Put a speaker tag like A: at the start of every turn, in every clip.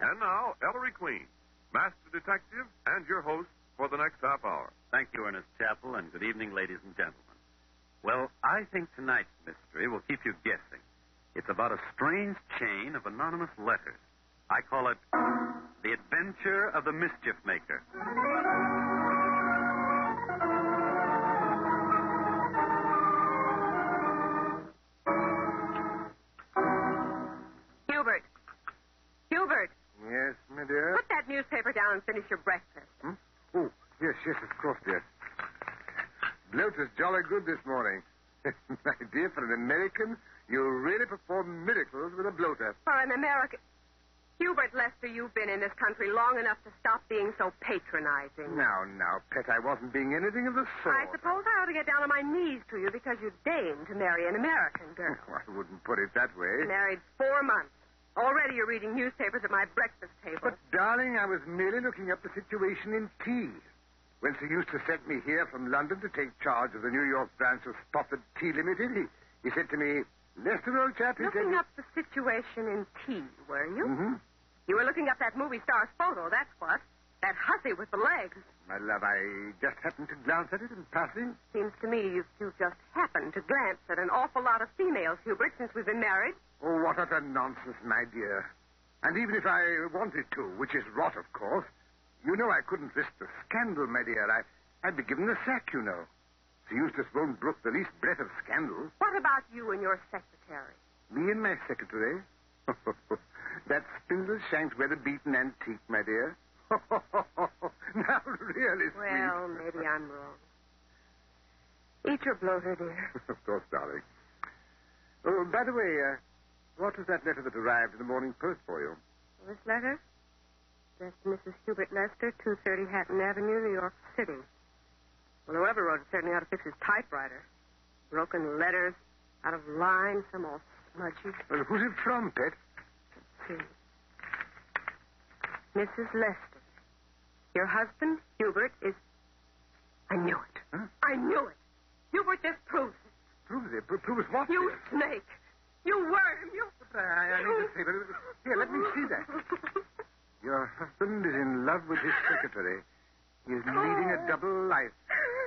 A: And now, Ellery Queen, Master Detective and your host for the next half hour.
B: Thank you, Ernest Chapel, and good evening, ladies and gentlemen. Well, I think tonight's mystery will keep you guessing. It's about a strange chain of anonymous letters. I call it The Adventure of the Mischief Maker.
C: Hubert. Hubert,
D: Yes, my dear.
C: put that newspaper down and finish your breakfast.
D: Hmm? Oh, yes, yes, of course, dear. Bloat was jolly good this morning. my dear, for an American, you really perform miracles with a bloater.
C: For an American. Hubert Lester, you've been in this country long enough to stop being so patronizing.
D: Now, now, pet, I wasn't being anything of the
C: I
D: sort.
C: suppose I ought to get down on my knees to you because you deigned to marry an American girl.
D: Oh, I wouldn't put it that way.
C: Married four months. Already you're reading newspapers at my breakfast table.
D: But, darling, I was merely looking up the situation in tea. When Sir Eustace sent me here from London to take charge of the New York branch of Spofford Tea Limited, he, he said to me, Lester, old chap, he
C: looking
D: said...
C: up the situation in tea, were you?
D: Mm-hmm.
C: You were looking up that movie star's photo, that's what. That hussy with the legs.
D: My love, I just happened to glance at it in passing.
C: Seems to me you, you just happened to glance at an awful lot of females, Hubert, since we've been married.
D: Oh, what utter nonsense, my dear. And even if I wanted to, which is rot, of course, you know I couldn't risk the scandal, my dear. I, I'd be given the sack, you know. Sir Eustace won't brook the least breath of scandal.
C: What about you and your secretary?
D: Me and my secretary. that spindle shanked weather beaten antique, my dear. now, really, sweet.
C: Well, maybe I'm wrong. Eat your bloater, dear.
D: of course, darling. Oh, by the way, uh, what was that letter that arrived in the morning post for you?
C: This letter? That's Mrs. Hubert Lester, 230 Hatton Avenue, New York City. Well, whoever wrote it certainly ought to fix his typewriter. Broken letters, out of line, some all smudgy.
D: Well, who's it from, Pet?
C: See. Mrs. Lester, your husband, Hubert, is. I knew it.
D: Huh?
C: I knew it. Hubert just proves it.
D: Proves it. Pro- Proves what?
C: You
D: dear?
C: snake. You worm. You.
D: I, I need the paper. Here, let me see that. Your husband is in love with his secretary. He is leading a double life.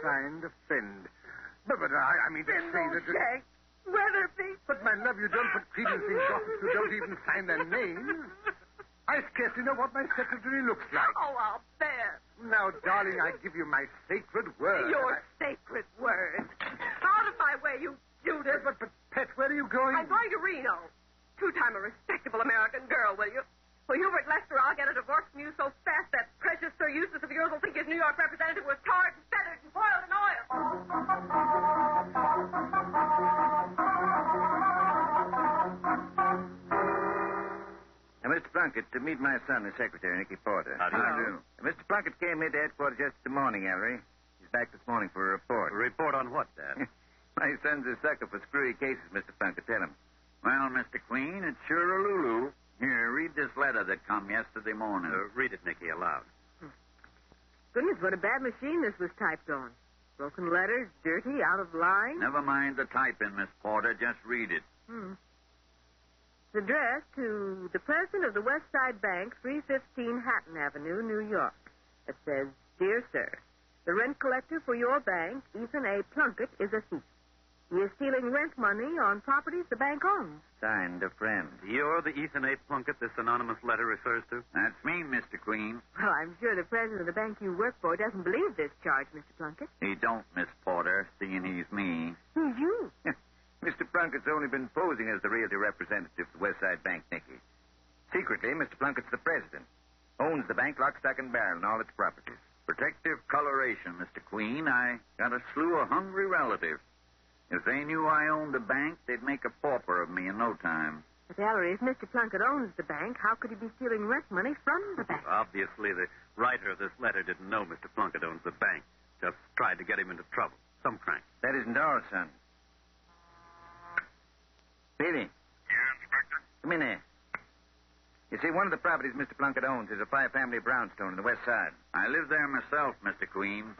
D: Signed, a friend. But, but I, I mean to say that...
C: Snake. Weatherby.
D: But, my love, you don't put credence in gossips who don't even sign their names. I scarcely know what my secretary looks like.
C: Oh, I'll bear
D: Now, darling, I give you my sacred word.
C: your sacred word. Out of my way, you Judas.
D: But, but, but, Pet, where are you going?
C: I'm going to Reno. Two-time a respectable American girl, will you? Well, Hubert Lester, I'll get a divorce from you so fast that precious Sir Eustace of yours will think his New York representative was tarred and feathered and boiled in oil.
E: Now, Mr. Plunkett, to meet my son, the secretary, Nicky Porter.
B: How do you
C: Hello.
E: do? Mr. Plunkett came here to headquarters just the morning, Ellery. He's back this morning for a report.
B: Report on what, Dad?
E: my son's a sucker for screwy cases, Mr. Plunkett. Tell him. Well, Mr. Queen, it's sure a Lulu. Here, read this letter that come yesterday morning.
B: Uh, read it, Nicky, aloud.
C: Goodness, what a bad machine this was typed on. Broken letters, dirty, out of line.
E: Never mind the typing, Miss Porter. Just read it.
C: Hmm. It's addressed to the president of the West Side Bank, 315 Hatton Avenue, New York. It says, Dear Sir, the rent collector for your bank, Ethan A. Plunkett, is a thief. He is stealing rent money on properties the bank owns.
E: Signed, a friend.
B: You're the Ethan A. Plunkett this anonymous letter refers to?
E: That's me, Mr. Queen.
C: Well, I'm sure the president of the bank you work for doesn't believe this charge, Mr. Plunkett.
E: He don't, Miss Porter, seeing he's me.
C: Who's you?
E: Mr. Plunkett's only been posing as the realty representative of the Westside Bank, Nicky. Secretly, Mr. Plunkett's the president. Owns the bank lock, stock, and barrel and all its properties. Protective coloration, Mr. Queen. I got a slew of hungry relatives. If they knew I owned the bank, they'd make a pauper of me in no time.
C: But, Ellery, if Mr. Plunkett owns the bank, how could he be stealing rent money from the bank?
B: Obviously, the writer of this letter didn't know Mr. Plunkett owns the bank. Just tried to get him into trouble. Some crank.
E: That isn't all, son. Billy,
F: Yeah, Inspector?
E: come in here. You see, one of the properties Mr. Plunkett owns is a five family brownstone on the west side. I live there myself, Mr. Queen.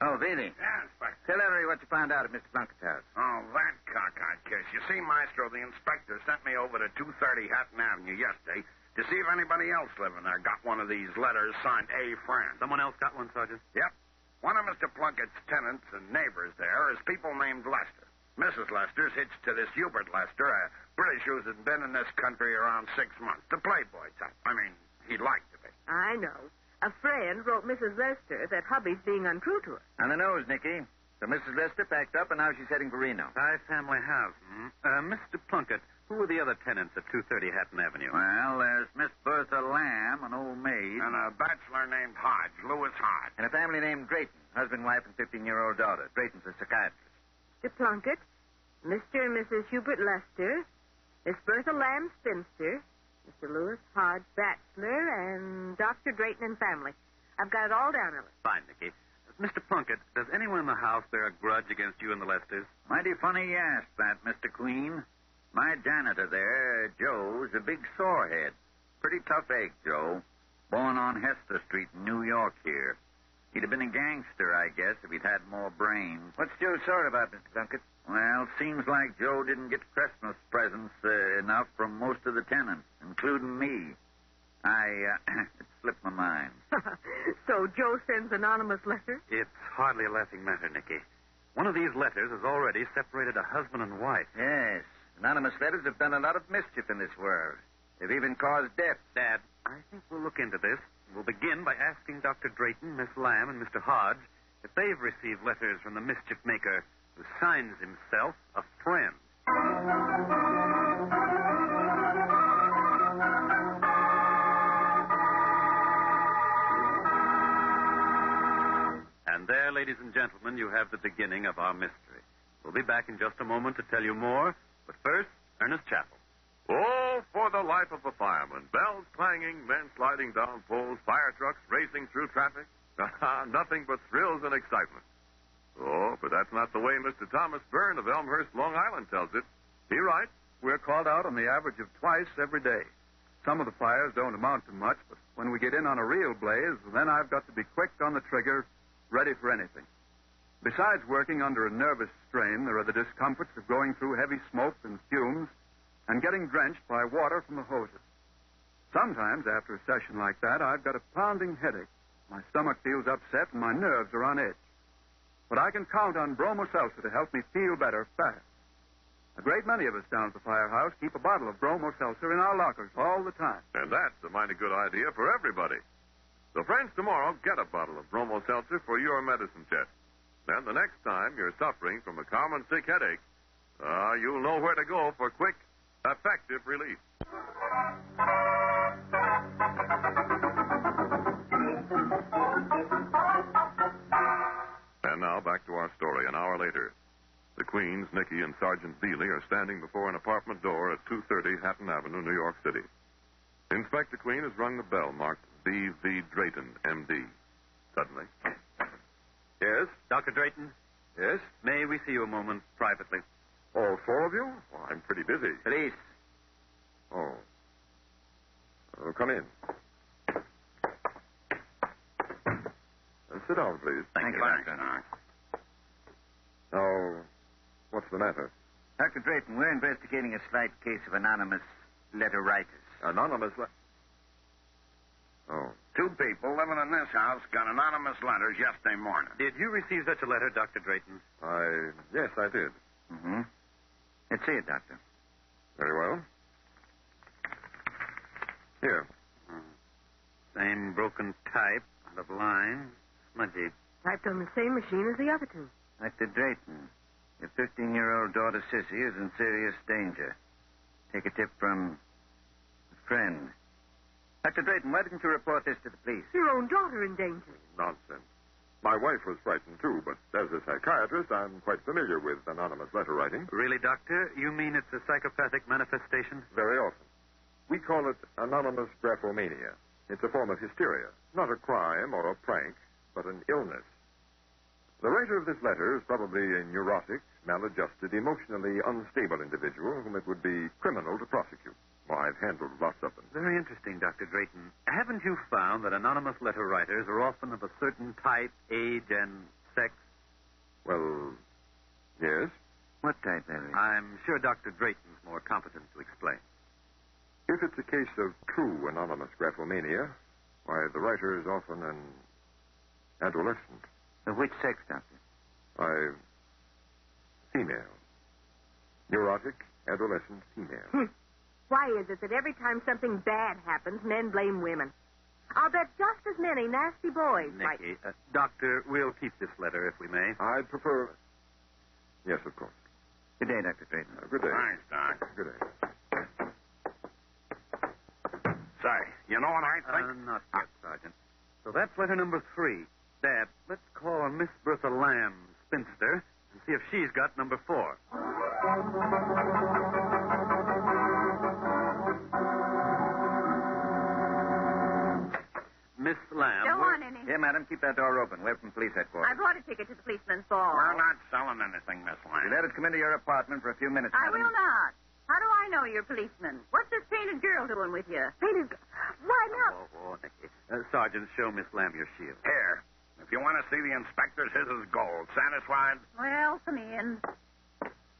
E: Oh, Billy.
F: Yeah, Inspector.
E: Tell Ellery what you found out at Mr. Plunkett's house.
F: Oh, that cock I kiss. You see, Maestro, the inspector sent me over to 230 Hatton Avenue yesterday to
G: to see if anybody else living there got one of these letters signed A. Friend.
D: Someone else got one, Sergeant?
G: Yep. One of Mr. Plunkett's tenants and neighbors there is people named Lester. Mrs. Lester's hitched to this Hubert Lester, a British who's been in this country around six months. The playboy type. I mean, he'd like to be.
C: I know. A friend wrote Mrs. Lester that hubby's being untrue to her.
E: On the nose, Nicky. So Mrs. Lester packed up, and now she's heading for Reno.
D: By family house. Hmm? Uh, Mr. Plunkett, who were the other tenants at 230 Hatton Avenue?
E: Well, there's Miss Bertha Lamb, an old maid,
G: And a bachelor named Hodge, Lewis Hodge.
E: and a family named Drayton, husband, wife, and 15-year-old daughter. Drayton's a psychiatrist.
C: Mr. Plunkett, Mr. and Mrs. Hubert Lester, Miss Bertha Lamb Spinster, Mr. Lewis Hodge Bachelor, and Dr. Drayton and family. I've got it all down, Ellis.
D: Fine, Nicky. Mr. Plunkett, does anyone in the house bear a grudge against you and the Lesters?
E: Mighty funny you asked that, Mr. Queen. My janitor there, Joe's a big sorehead. Pretty tough egg, Joe. Born on Hester Street in New York here. He'd have been a gangster, I guess, if he'd had more brains. What's Joe sore about, Mr. Plunkett? Well, seems like Joe didn't get Christmas presents uh, enough from most of the tenants, including me. I, uh, it slipped my mind.
C: so Joe sends anonymous letters.
D: It's hardly a laughing matter, Nicky. One of these letters has already separated a husband and wife.
E: Yes, anonymous letters have done a lot of mischief in this world. They've even caused death.
D: Dad, I think we'll look into this. We'll begin by asking Dr. Drayton, Miss Lamb, and Mr. Hodge if they've received letters from the mischief maker who signs himself a friend. And there, ladies and gentlemen, you have the beginning of our mystery. We'll be back in just a moment to tell you more, but first, Ernest Chappell.
H: Oh, for the life of a fireman. Bells clanging, men sliding down poles, fire trucks racing through traffic. Ah, Nothing but thrills and excitement. Oh, but that's not the way Mr. Thomas Byrne of Elmhurst, Long Island, tells it. He writes, We're called out on the average of twice every day. Some of the fires don't amount to much, but when we get in on a real blaze, then I've got to be quick on the trigger, ready for anything. Besides working under a nervous strain, there are the discomforts of going through heavy smoke and fumes and getting drenched by water from the hoses. Sometimes, after a session like that, I've got a pounding headache. My stomach feels upset and my nerves are on edge. But I can count on bromo seltzer to help me feel better fast. A great many of us down at the firehouse keep a bottle of bromo seltzer in our lockers all the time. And that's a mighty good idea for everybody. So, friends, tomorrow get a bottle of bromo seltzer for your medicine chest. Then the next time you're suffering from a common sick headache, uh, you'll know where to go for quick, effective relief. And now back to our story an hour later. The Queens, Nicky, and Sergeant Dealey are standing before an apartment door at 230 Hatton Avenue, New York City. Inspector Queen has rung the bell marked D.V. Drayton, M.D. Suddenly. Yes?
D: Dr. Drayton,
H: Yes?
D: may we see you a moment privately?
H: All four of you? Well, Oh, I'm pretty busy.
E: Police.
H: Oh. oh come in. Uh, sit down, please.
E: Thank you,
G: Thanks,
E: Doctor.
G: Doc.
H: Now, Oh, what's the matter?
E: Dr. Drayton, we're investigating a slight case of anonymous letter writers.
G: Uh,
H: Anonymous. Le- oh.
G: Two people living in this house got anonymous letters yesterday morning.
D: Did you receive such a letter, Dr. Drayton?
H: I. Yes, I did.
E: Mm-hmm. Let's see it, Doctor.
H: Very well. Here.
D: Same broken type, out of line, smudgy.
C: Typed on the same machine as the other two.
E: Dr. Drayton, your 15-year-old daughter, Sissy, is in serious danger. Take a tip from a friend. Dr. Drayton, why didn't you report this to the police?
C: Your own daughter in danger.
H: Nonsense. My wife was frightened, too, but as a psychiatrist, I'm quite familiar with anonymous letter writing.
D: Really, Doctor? You mean it's a psychopathic manifestation?
H: Very often. We call it anonymous graphomania. It's a form of hysteria, not a crime or a prank, but an illness. The writer of this letter is probably a neurotic, maladjusted, emotionally unstable individual whom it would be criminal to prosecute. Why, I've handled lots of them.
D: Very interesting, Dr. Drayton. Haven't you found that anonymous letter writers are often of a certain type, age, and sex?
H: Well, yes.
E: What type of it?
D: I'm sure Dr. Drayton's more competent to explain.
H: If it's a case of true anonymous graphomania, why, the writer is often an adolescent.
I: Of which sex, Doctor?
H: I. female. Neurotic, adolescent, female.
J: Why is it that every time something bad happens, men blame women? I'll bet just as many nasty boys like
E: Nicky, uh, Doctor, we'll keep this letter if we may.
H: I'd prefer. Yes, of course.
I: Good day, Dr. Drayton.
H: Uh, good day.
D: Thanks, Doc.
H: Good day.
D: Say, you know what I think?
E: Uh, not yet, Sergeant. So that's letter number three. Dad, let's call Miss Bertha Lamb, spinster, and see if she's got number four. Miss Lamb.
C: Don't
E: we're-
C: want any.
I: Here, madam, keep that door open. We're from police
C: I
I: headquarters.
C: bought a ticket to the policeman's ball.
D: We're not selling anything, Miss
I: You
D: Lane.
I: let us come into your apartment for a few minutes,
C: I
I: madam.
C: will not. How do I know you're a policeman? What's this painted girl doing with you?
J: Painted. Why now?
E: Oh, oh, Nicky. Uh, Sergeant, show Miss Lamb your shield.
D: Here. If you want to see the inspectors, his is gold. Satisfied?
C: Well, come in.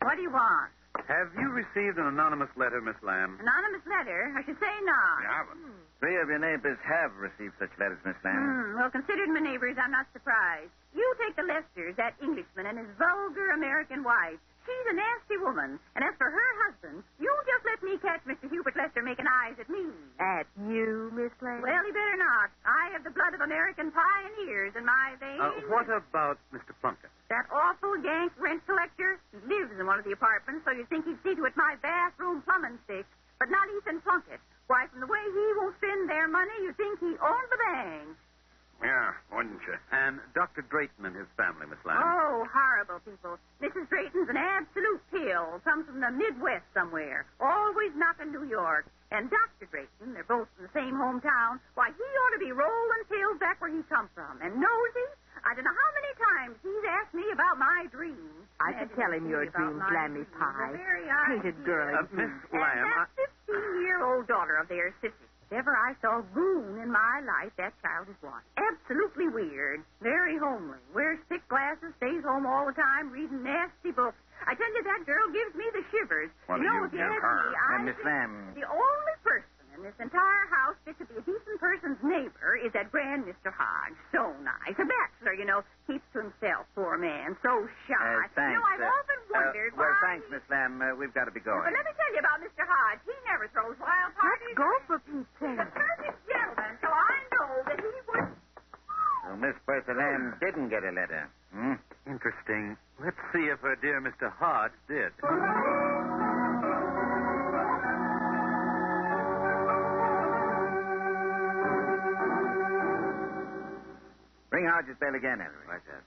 C: What do you want?
E: Have you received an anonymous letter, Miss Lamb?
C: Anonymous letter? I should say not.
D: You haven't.
I: Three of your neighbors have received such letters, Miss Lamb.
C: Hmm, well, considering my neighbors, I'm not surprised. You take the Lesters, that Englishman, and his vulgar American wife. She's a nasty woman. And as for her husband, you just let me catch Mr. Hubert Lester making eyes at me.
J: At you, Miss Lane.
C: Well, he better not. I have the blood of American pioneers in my veins.
E: Uh, what about Mr. Plunkett?
C: That awful yank rent collector? He lives in one of the apartments, so you'd think he'd see to it my bathroom plumbing fix. But not Ethan Plunkett. Why, from the way he won't spend their money, you'd think he owned the bank.
D: Yeah, wouldn't you?
E: And Dr. Drayton and his family, Miss Lamb.
C: Oh, horrible people. Mrs. Drayton's an absolute pill. Comes from the Midwest somewhere. Always knocking New York. And Dr. Drayton, they're both from the same hometown. Why, he ought to be rolling pills back where he come from. And nosy? I don't know how many times he's asked me about my dreams.
J: I could tell him your dream, Lammy Pie. Painted girl.
E: Uh, Miss Lamb,
C: And
E: I-
C: that 15 year old daughter of theirs, Sissy. If ever I saw goon in my life, that child is one. Absolutely weird. Very homely. Wears thick glasses, stays home all the time, reading nasty books. I tell you, that girl gives me the shivers.
D: What do
C: you know,
D: you
C: if you
D: give
C: had
D: her?
C: me, I
I: And Miss
C: think
I: Lamb,
C: The only person in this entire house that could be a decent person's neighbor is that grand Mr. Hodge. So nice. A bachelor, you know. Keeps to himself, poor man. So shy.
I: uh, thanks.
C: you know, I've
I: uh,
C: often wondered
I: uh, well,
C: why
I: thanks, Miss Lamb. Uh, we've got to be going.
C: but let me tell you about Mr. Hodge. He never throws wild parties.
J: Let's go for Pete's
C: He's
J: sake.
C: a perfect gentleman, so I know that he would.
I: So Miss Bertha Lamb didn't get a letter. Hmm?
E: Interesting. Let's see if her dear Mr. Hodge did.
I: Ring Hodges' bell again, Ellery. Right, sir.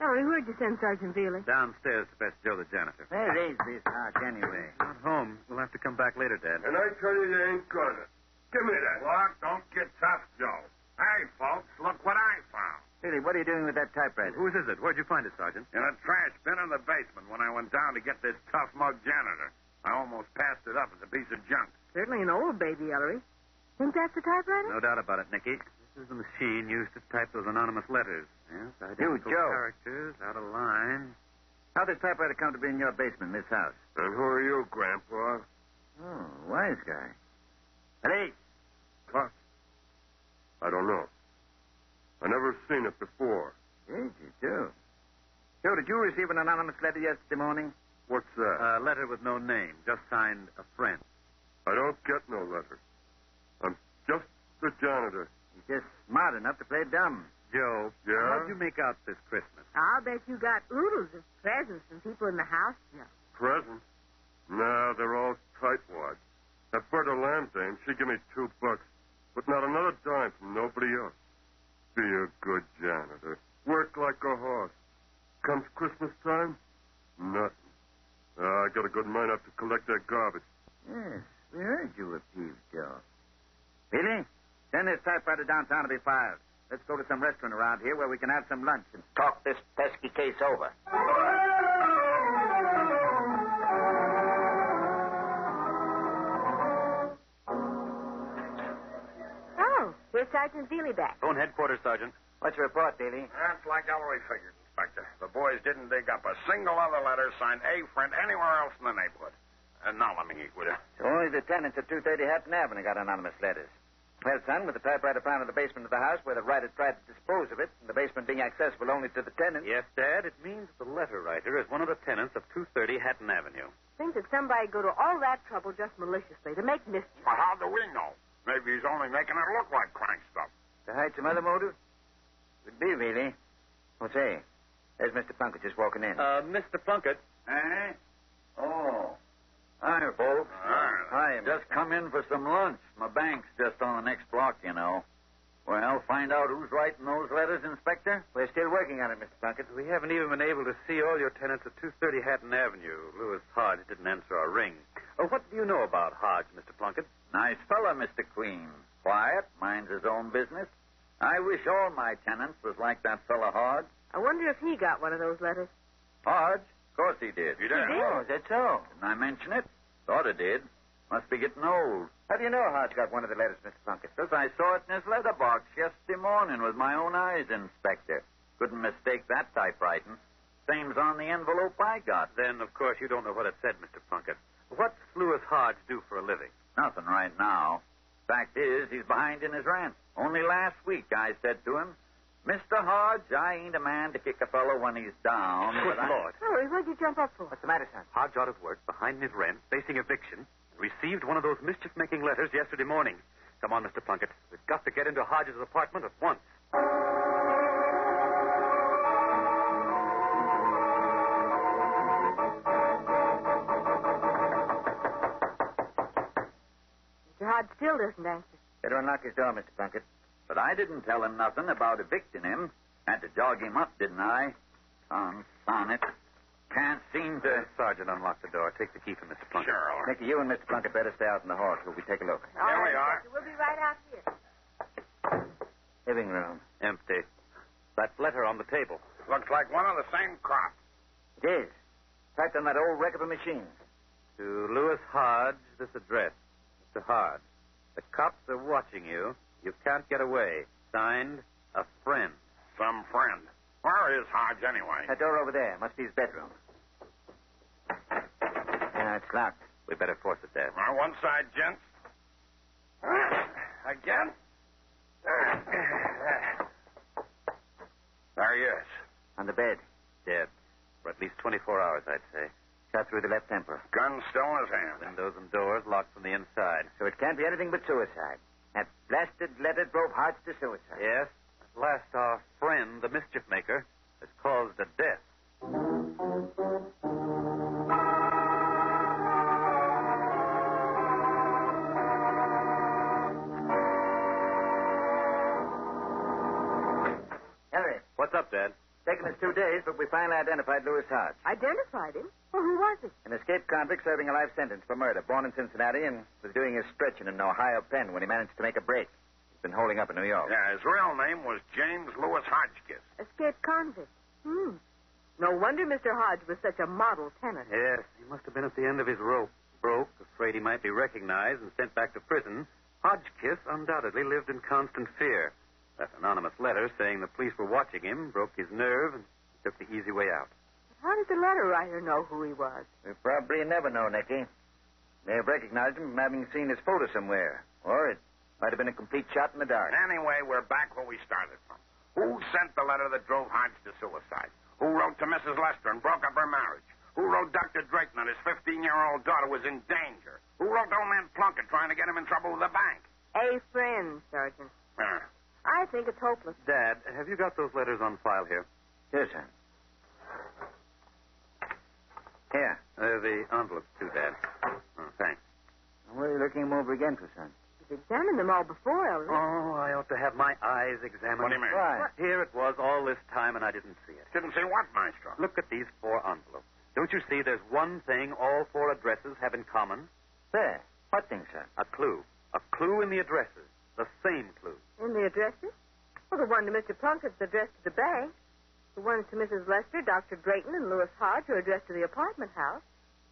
J: Ellery, where'd you send Sergeant Veely?
E: Downstairs to Best Joe, the janitor.
I: Where is this Hodge, anyway?
E: Not home. We'll have to come back later, Dad.
D: And I tell you, you ain't gonna. Give me that. Look, don't get tough, Joe. Hey, folks, look what I found.
I: Billy, what are you doing with that typewriter?
E: Whose is it? Where'd you find it, Sergeant?
D: In a trash bin in the basement when I went down to get this tough mug janitor. I almost passed it up as a piece of junk.
J: Certainly an old baby, Ellery. Think that's the typewriter?
E: No doubt about it, Nicky. This is the machine used to type those anonymous letters. Yes, identical
I: Joe.
E: characters, out of line.
I: How did typewriter come to be in your basement, Miss House?
D: And who are you, Grandpa?
I: Oh, wise guy. Ellie,
H: Cut? I don't know. I never seen it before.
I: did you do? Joe, did you receive an anonymous letter yesterday morning?
H: What's that?
E: A letter with no name, just signed a friend.
H: I don't get no letter. I'm just the janitor.
I: You're just smart enough to play dumb.
E: Joe,
H: Yeah?
E: how'd you make out this Christmas?
J: I'll bet you got oodles of presents from people in the house. No.
H: Present? No, they're all tightwad. That Berta Lamb dame, she give me two bucks, but not another dime from nobody else. Be a good janitor. Work like a horse. Comes Christmas time, nothing. Uh, I got a good mind not to collect that garbage.
I: Yes, we heard you were peeved, Joe. Billy, send this typewriter downtown to be filed. Let's go to some restaurant around here where we can have some lunch and talk this pesky case over.
J: Oh, here's Sergeant Veely back.
E: Phone headquarters, Sergeant.
I: What's your report, Billy?
D: That's like Ellery figured, Inspector. The boys didn't dig up a single other letter signed A friend anywhere else in the neighborhood.
F: Anonymous, would it?
E: Only the tenants at 230 Hatton Avenue got anonymous letters. Well, son, with the typewriter found in the basement of the house where the writer tried to dispose of it, and the basement being accessible only to the tenants.
H: Yes, Dad, it means the letter writer is one of the tenants of 230 Hatton Avenue.
J: Think that somebody'd go to all that trouble just maliciously to make mischief.
F: Well, how do we know? Maybe he's only making it look like crank stuff.
E: To hide some other motive? Would be, really. Well, say, there's Mr. Plunkett just walking in.
H: Uh, Mr. Plunkett.
E: Hey? Oh. Hi, folks.
F: Hi.
E: Just come in for some lunch. My bank's just on the next block, you know. Well, find out who's writing those letters, Inspector.
H: We're still working on it, Mr. Plunkett. We haven't even been able to see all your tenants at 230 Hatton Avenue. Lewis Hodge didn't answer our ring. Oh, what do you know about Hodge, Mr. Plunkett?
E: Nice fellow, Mr. Queen. Quiet, minds his own business. I wish all my tenants was like that fellow Hodge.
J: I wonder if he got one of those letters.
E: Hodge? Oh, Of course he did.
F: You did?
E: Oh, is that so? Didn't I mention it? Thought I did. Must be getting old. How do you know Hodge got one of the letters, Mr. Plunkett? Because I saw it in his letterbox yesterday morning with my own eyes, Inspector. Couldn't mistake that typewriting. Same's on the envelope I got.
H: Then, of course, you don't know what it said, Mr. Plunkett. What's Lewis Hodge do for a living?
E: Nothing right now. Fact is, he's behind in his rent. Only last week I said to him, Mr. Hodge, I ain't a man to kick a fellow when he's down.
H: Good
E: but I-
H: Lord.
J: Harry, where'd you jump up for?
E: What's the matter, son?
H: Hodge out of work, behind in his rent, facing eviction, and received one of those mischief-making letters yesterday morning. Come on, Mr. Plunkett. We've got to get into Hodge's apartment at once.
J: Mr. Hodge still doesn't answer.
E: Better unlock his door, Mr. Plunkett. But I didn't tell him nothing about evicting him. Had to jog him up, didn't I? Confound it. Can't seem to.
H: Sergeant, unlock the door. Take the key from Mr. Plunkett.
F: Sure, all right.
E: Nicky, you and Mr. Plunkett better stay out in the hall till we take a look.
J: All
F: Here we
J: right,
F: are.
J: Inspector, We'll be right out here.
E: Living room.
H: Empty. That letter on the table.
F: Looks like one of the same crop.
E: It is. Typed on that old wreck of a machine.
H: To Lewis Hodge, this address. Mr. Hodge, the cops are watching you. You can't get away. Signed, a friend.
F: Some friend. Where is Hodge anyway?
E: That door over there must be his bedroom. Yeah, it's locked.
H: We better force it, Dad.
F: Now, one side, gents. Ah, Again? Ah. There he is.
E: On the bed.
H: Dead. For at least 24 hours, I'd say.
E: Shot through the left temple.
F: Gun still in his hand.
H: Windows and doors locked from the inside.
E: So it can't be anything but suicide. That blasted letter drove Hodge to suicide.
H: Yes, at last our friend, the mischief maker, has caused a death.
E: Harry,
H: What's up, Dad?
E: taken us two days, but we finally identified Lewis Hodge.
J: Identified him? Well, who was he?
E: An escaped convict serving a life sentence for murder, born in Cincinnati and was doing his stretching in an Ohio pen when he managed to make a break. He's been holding up in New York.
F: Yeah, his real name was James Lewis Hodgkiss.
J: Escaped convict. Hmm. No wonder Mr. Hodge was such a model tenant.
H: Yes, he must have been at the end of his rope. Broke, afraid he might be recognized and sent back to prison. Hodgkiss undoubtedly lived in constant fear. That anonymous letter saying the police were watching him broke his nerve and took the easy way out.
J: How did the letter writer know who he was?
E: We probably never know, Nicky. May have recognized him from having seen his photo somewhere. Or it might have been a complete shot in the dark.
F: Anyway, we're back where we started from. Who sent the letter that drove Hodge to suicide? Who wrote to Mrs. Lester and broke up her marriage? Who wrote Dr. Drayton that his 15 year old daughter was in danger? Who wrote old man Plunkett trying to get him in trouble with the bank?
J: A friend, Sergeant.
F: Uh,
J: I think it's hopeless.
H: Dad, have you got those letters on file here?
E: Yes, sir. Here.
H: Uh, the envelopes, too, Dad. Oh, thanks.
E: We're looking him over again for son.
J: You've examined them all before, Elder.
H: Oh, I ought to have my eyes examined.
F: what do you mean?
E: Why?
H: Here it was all this time, and I didn't see it.
F: Didn't see what, Maestro?
H: Look at these four envelopes. Don't you see there's one thing all four addresses have in common?
E: There. What thing, sir?
H: A clue. A clue in the addresses. The same clue.
J: In the addresses? Well, the one to Mr. Plunkett's addressed to the bank. The ones to Mrs. Lester, Dr. Drayton, and Lewis Hodge are addressed to the apartment house.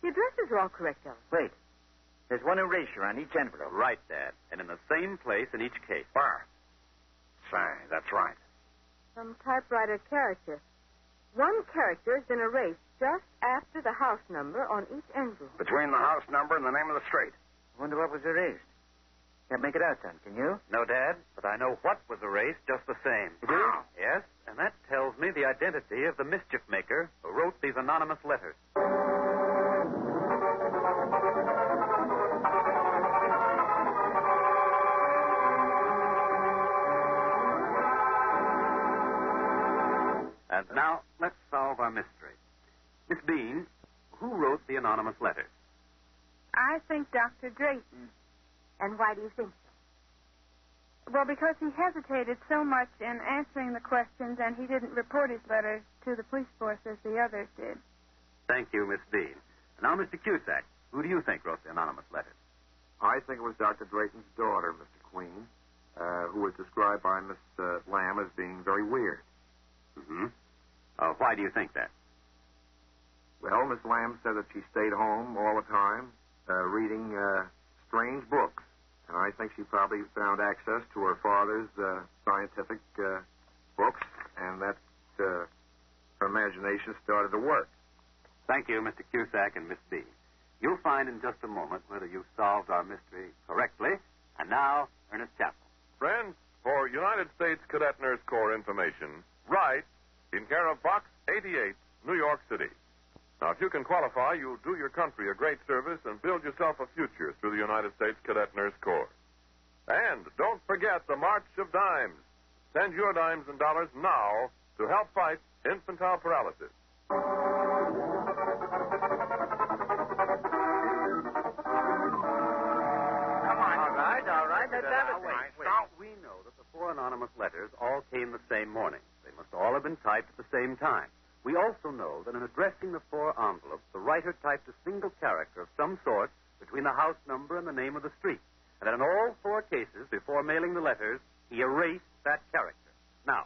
J: The addresses are all correct, Elder.
E: Wait. There's one erasure on each envelope.
H: Right, Dad. And in the same place in each case.
F: Where? Say, that's right.
J: Some typewriter character. One character has been erased just after the house number on each envelope.
F: Between the house number and the name of the street.
E: Wonder what was erased. Can't make it out, son. Can you?
H: No, Dad, but I know what was erased just the same.
F: Wow.
H: Yes, and that tells me the identity of the mischief maker who wrote these anonymous letters. And now let's solve our mystery. Miss Bean, who wrote the anonymous letter?
C: I think Dr. Drayton.
J: And why do you think
C: Well, because he hesitated so much in answering the questions and he didn't report his letters to the police force as the others did.
H: Thank you, Miss Dean. Now, Mr. Cusack, who do you think wrote the anonymous letter?
K: I think it was Dr. Drayton's daughter, Mr. Queen, uh, who was described by Miss uh, Lamb as being very weird.
H: Mm-hmm. Uh, why do you think that?
K: Well, Miss Lamb said that she stayed home all the time, uh, reading uh, strange books. And I think she probably found access to her father's uh, scientific uh, books, and that uh, her imagination started to work.
H: Thank you, Mr. Cusack and Miss Dean. You'll find in just a moment whether you've solved our mystery correctly. And now, Ernest Chapel.
A: Friends, for United States Cadet Nurse Corps information, write in care of Box 88, New York City. Now, if you can qualify, you'll do your country a great service and build yourself a future through the United States Cadet Nurse Corps. And don't forget the March of Dimes. Send your dimes and dollars now to help fight infantile paralysis.
H: Come on.
E: All right, all right. Let's have it.
H: Wait, wait. We know that the four anonymous letters all came the same morning. They must all have been typed at the same time. We also know that in addressing the four envelopes, the writer typed a single character of some sort between the house number and the name of the street. And that in all four cases, before mailing the letters, he erased that character. Now,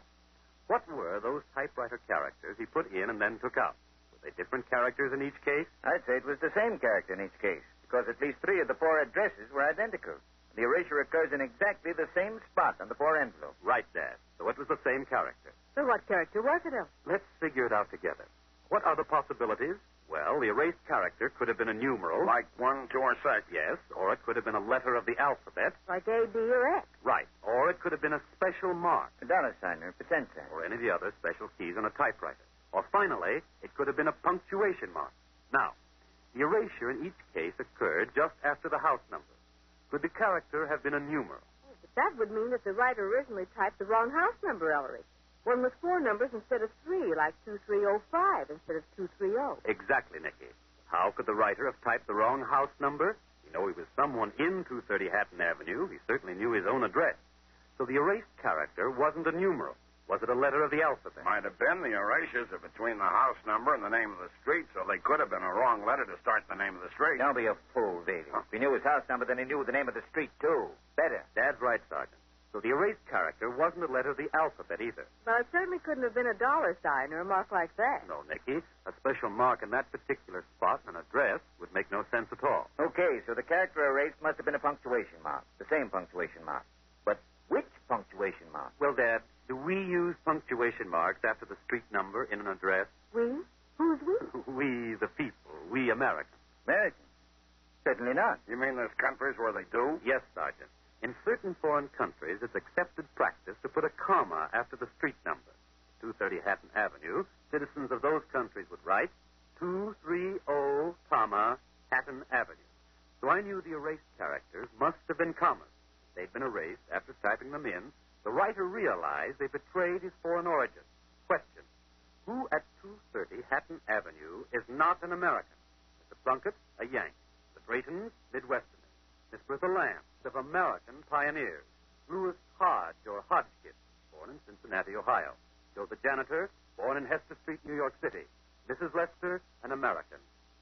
H: what were those typewriter characters he put in and then took out? Were they different characters in each case?
E: I'd say it was the same character in each case, because at least three of the four addresses were identical. The erasure occurs in exactly the same spot on the four envelopes.
H: Right, Dad. So it was the same character.
J: so? What character was it of?
H: Let's figure it out together. What are the possibilities? Well, the erased character could have been a numeral.
F: Like one, two, or six.
H: yes, or it could have been a letter of the alphabet.
J: Like A, B, or X?
H: Right. Or it could have been a special mark,
E: A dollar sign or a percent sign.
H: or any of the other special keys on a typewriter. Or finally, it could have been a punctuation mark. Now, the erasure in each case occurred just after the house number. Could the character have been a numeral?
J: But that would mean that the writer originally typed the wrong house number, Ellery. One with four numbers instead of three, like 2305 instead of oh. 230.
H: Exactly, Nicky. How could the writer have typed the wrong house number? You know he was someone in 230 Hatton Avenue. He certainly knew his own address. So the erased character wasn't a numeral. Was it a letter of the alphabet?
F: Might have been the erasures are between the house number and the name of the street, so they could have been a wrong letter to start the name of the street.
E: Don't be a fool, Davy. If he knew his house number, then he knew the name of the street, too. Better.
H: That's right, Sergeant. So the erased character wasn't a letter of the alphabet either.
J: Well, it certainly couldn't have been a dollar sign or a mark like that.
H: No, Nicky. A special mark in that particular spot and address would make no sense at all.
E: Okay, so the character erased must have been a punctuation mark. The same punctuation mark. But which punctuation mark?
H: Well, Dad, do we use punctuation marks after the street number in an address?
J: We? Who's we?
H: we, the people, we Americans.
E: American. Certainly not.
F: You mean there's countries where they do?
H: Yes, Sergeant. In certain foreign countries, it's accepted practice to put a comma after the street number. 230 Hatton Avenue, citizens of those countries would write 230, comma, Hatton Avenue. So I knew the erased characters must have been commas. They'd been erased after typing them in. The writer realized they betrayed his foreign origin. Question. Who at 230 Hatton Avenue is not an American? Mr. Plunkett, a Yankee. The Draytons, Midwesterners. Miss Bertha Lamb, of American pioneers. Lewis Hodge, or Hodgkiss, born in Cincinnati, Ohio. Joe the janitor, born in Hester Street, New York City. Mrs. Lester, an American.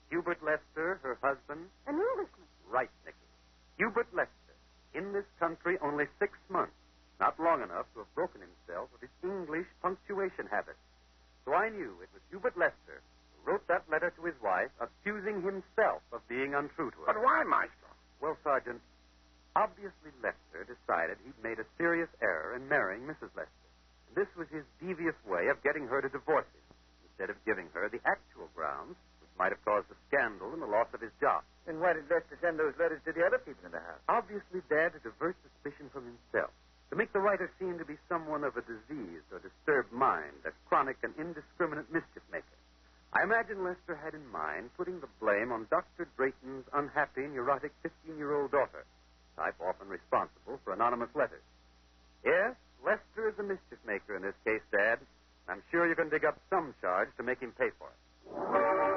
H: Hubert Lester, her husband.
J: An Englishman.
H: Right, Nicky. Hubert Lester, in this country only six months, not long enough to have broken himself of his English punctuation habit. So I knew it was Hubert Lester who wrote that letter to his wife accusing himself of being untrue to her.
F: But why, Maestro?
H: Well, Sergeant, obviously Lester decided he'd made a serious error in marrying Mrs. Lester. This was his devious way of getting her to divorce him. instead of giving her the actual grounds which might have caused a scandal and the loss of his job.
E: Then why did Lester send those letters to the other people in the house?
H: Obviously there to divert suspicion from himself, to make the writer seem to be someone of a diseased or disturbed mind, a chronic and indiscriminate mischief maker. I imagine Lester had in mind putting the blame on Dr. Drayton's unhappy, neurotic 15 year old daughter, type often responsible for anonymous letters. Yes, Lester is the mischief maker in this case, Dad. I'm sure you can dig up some charge to make him pay for it.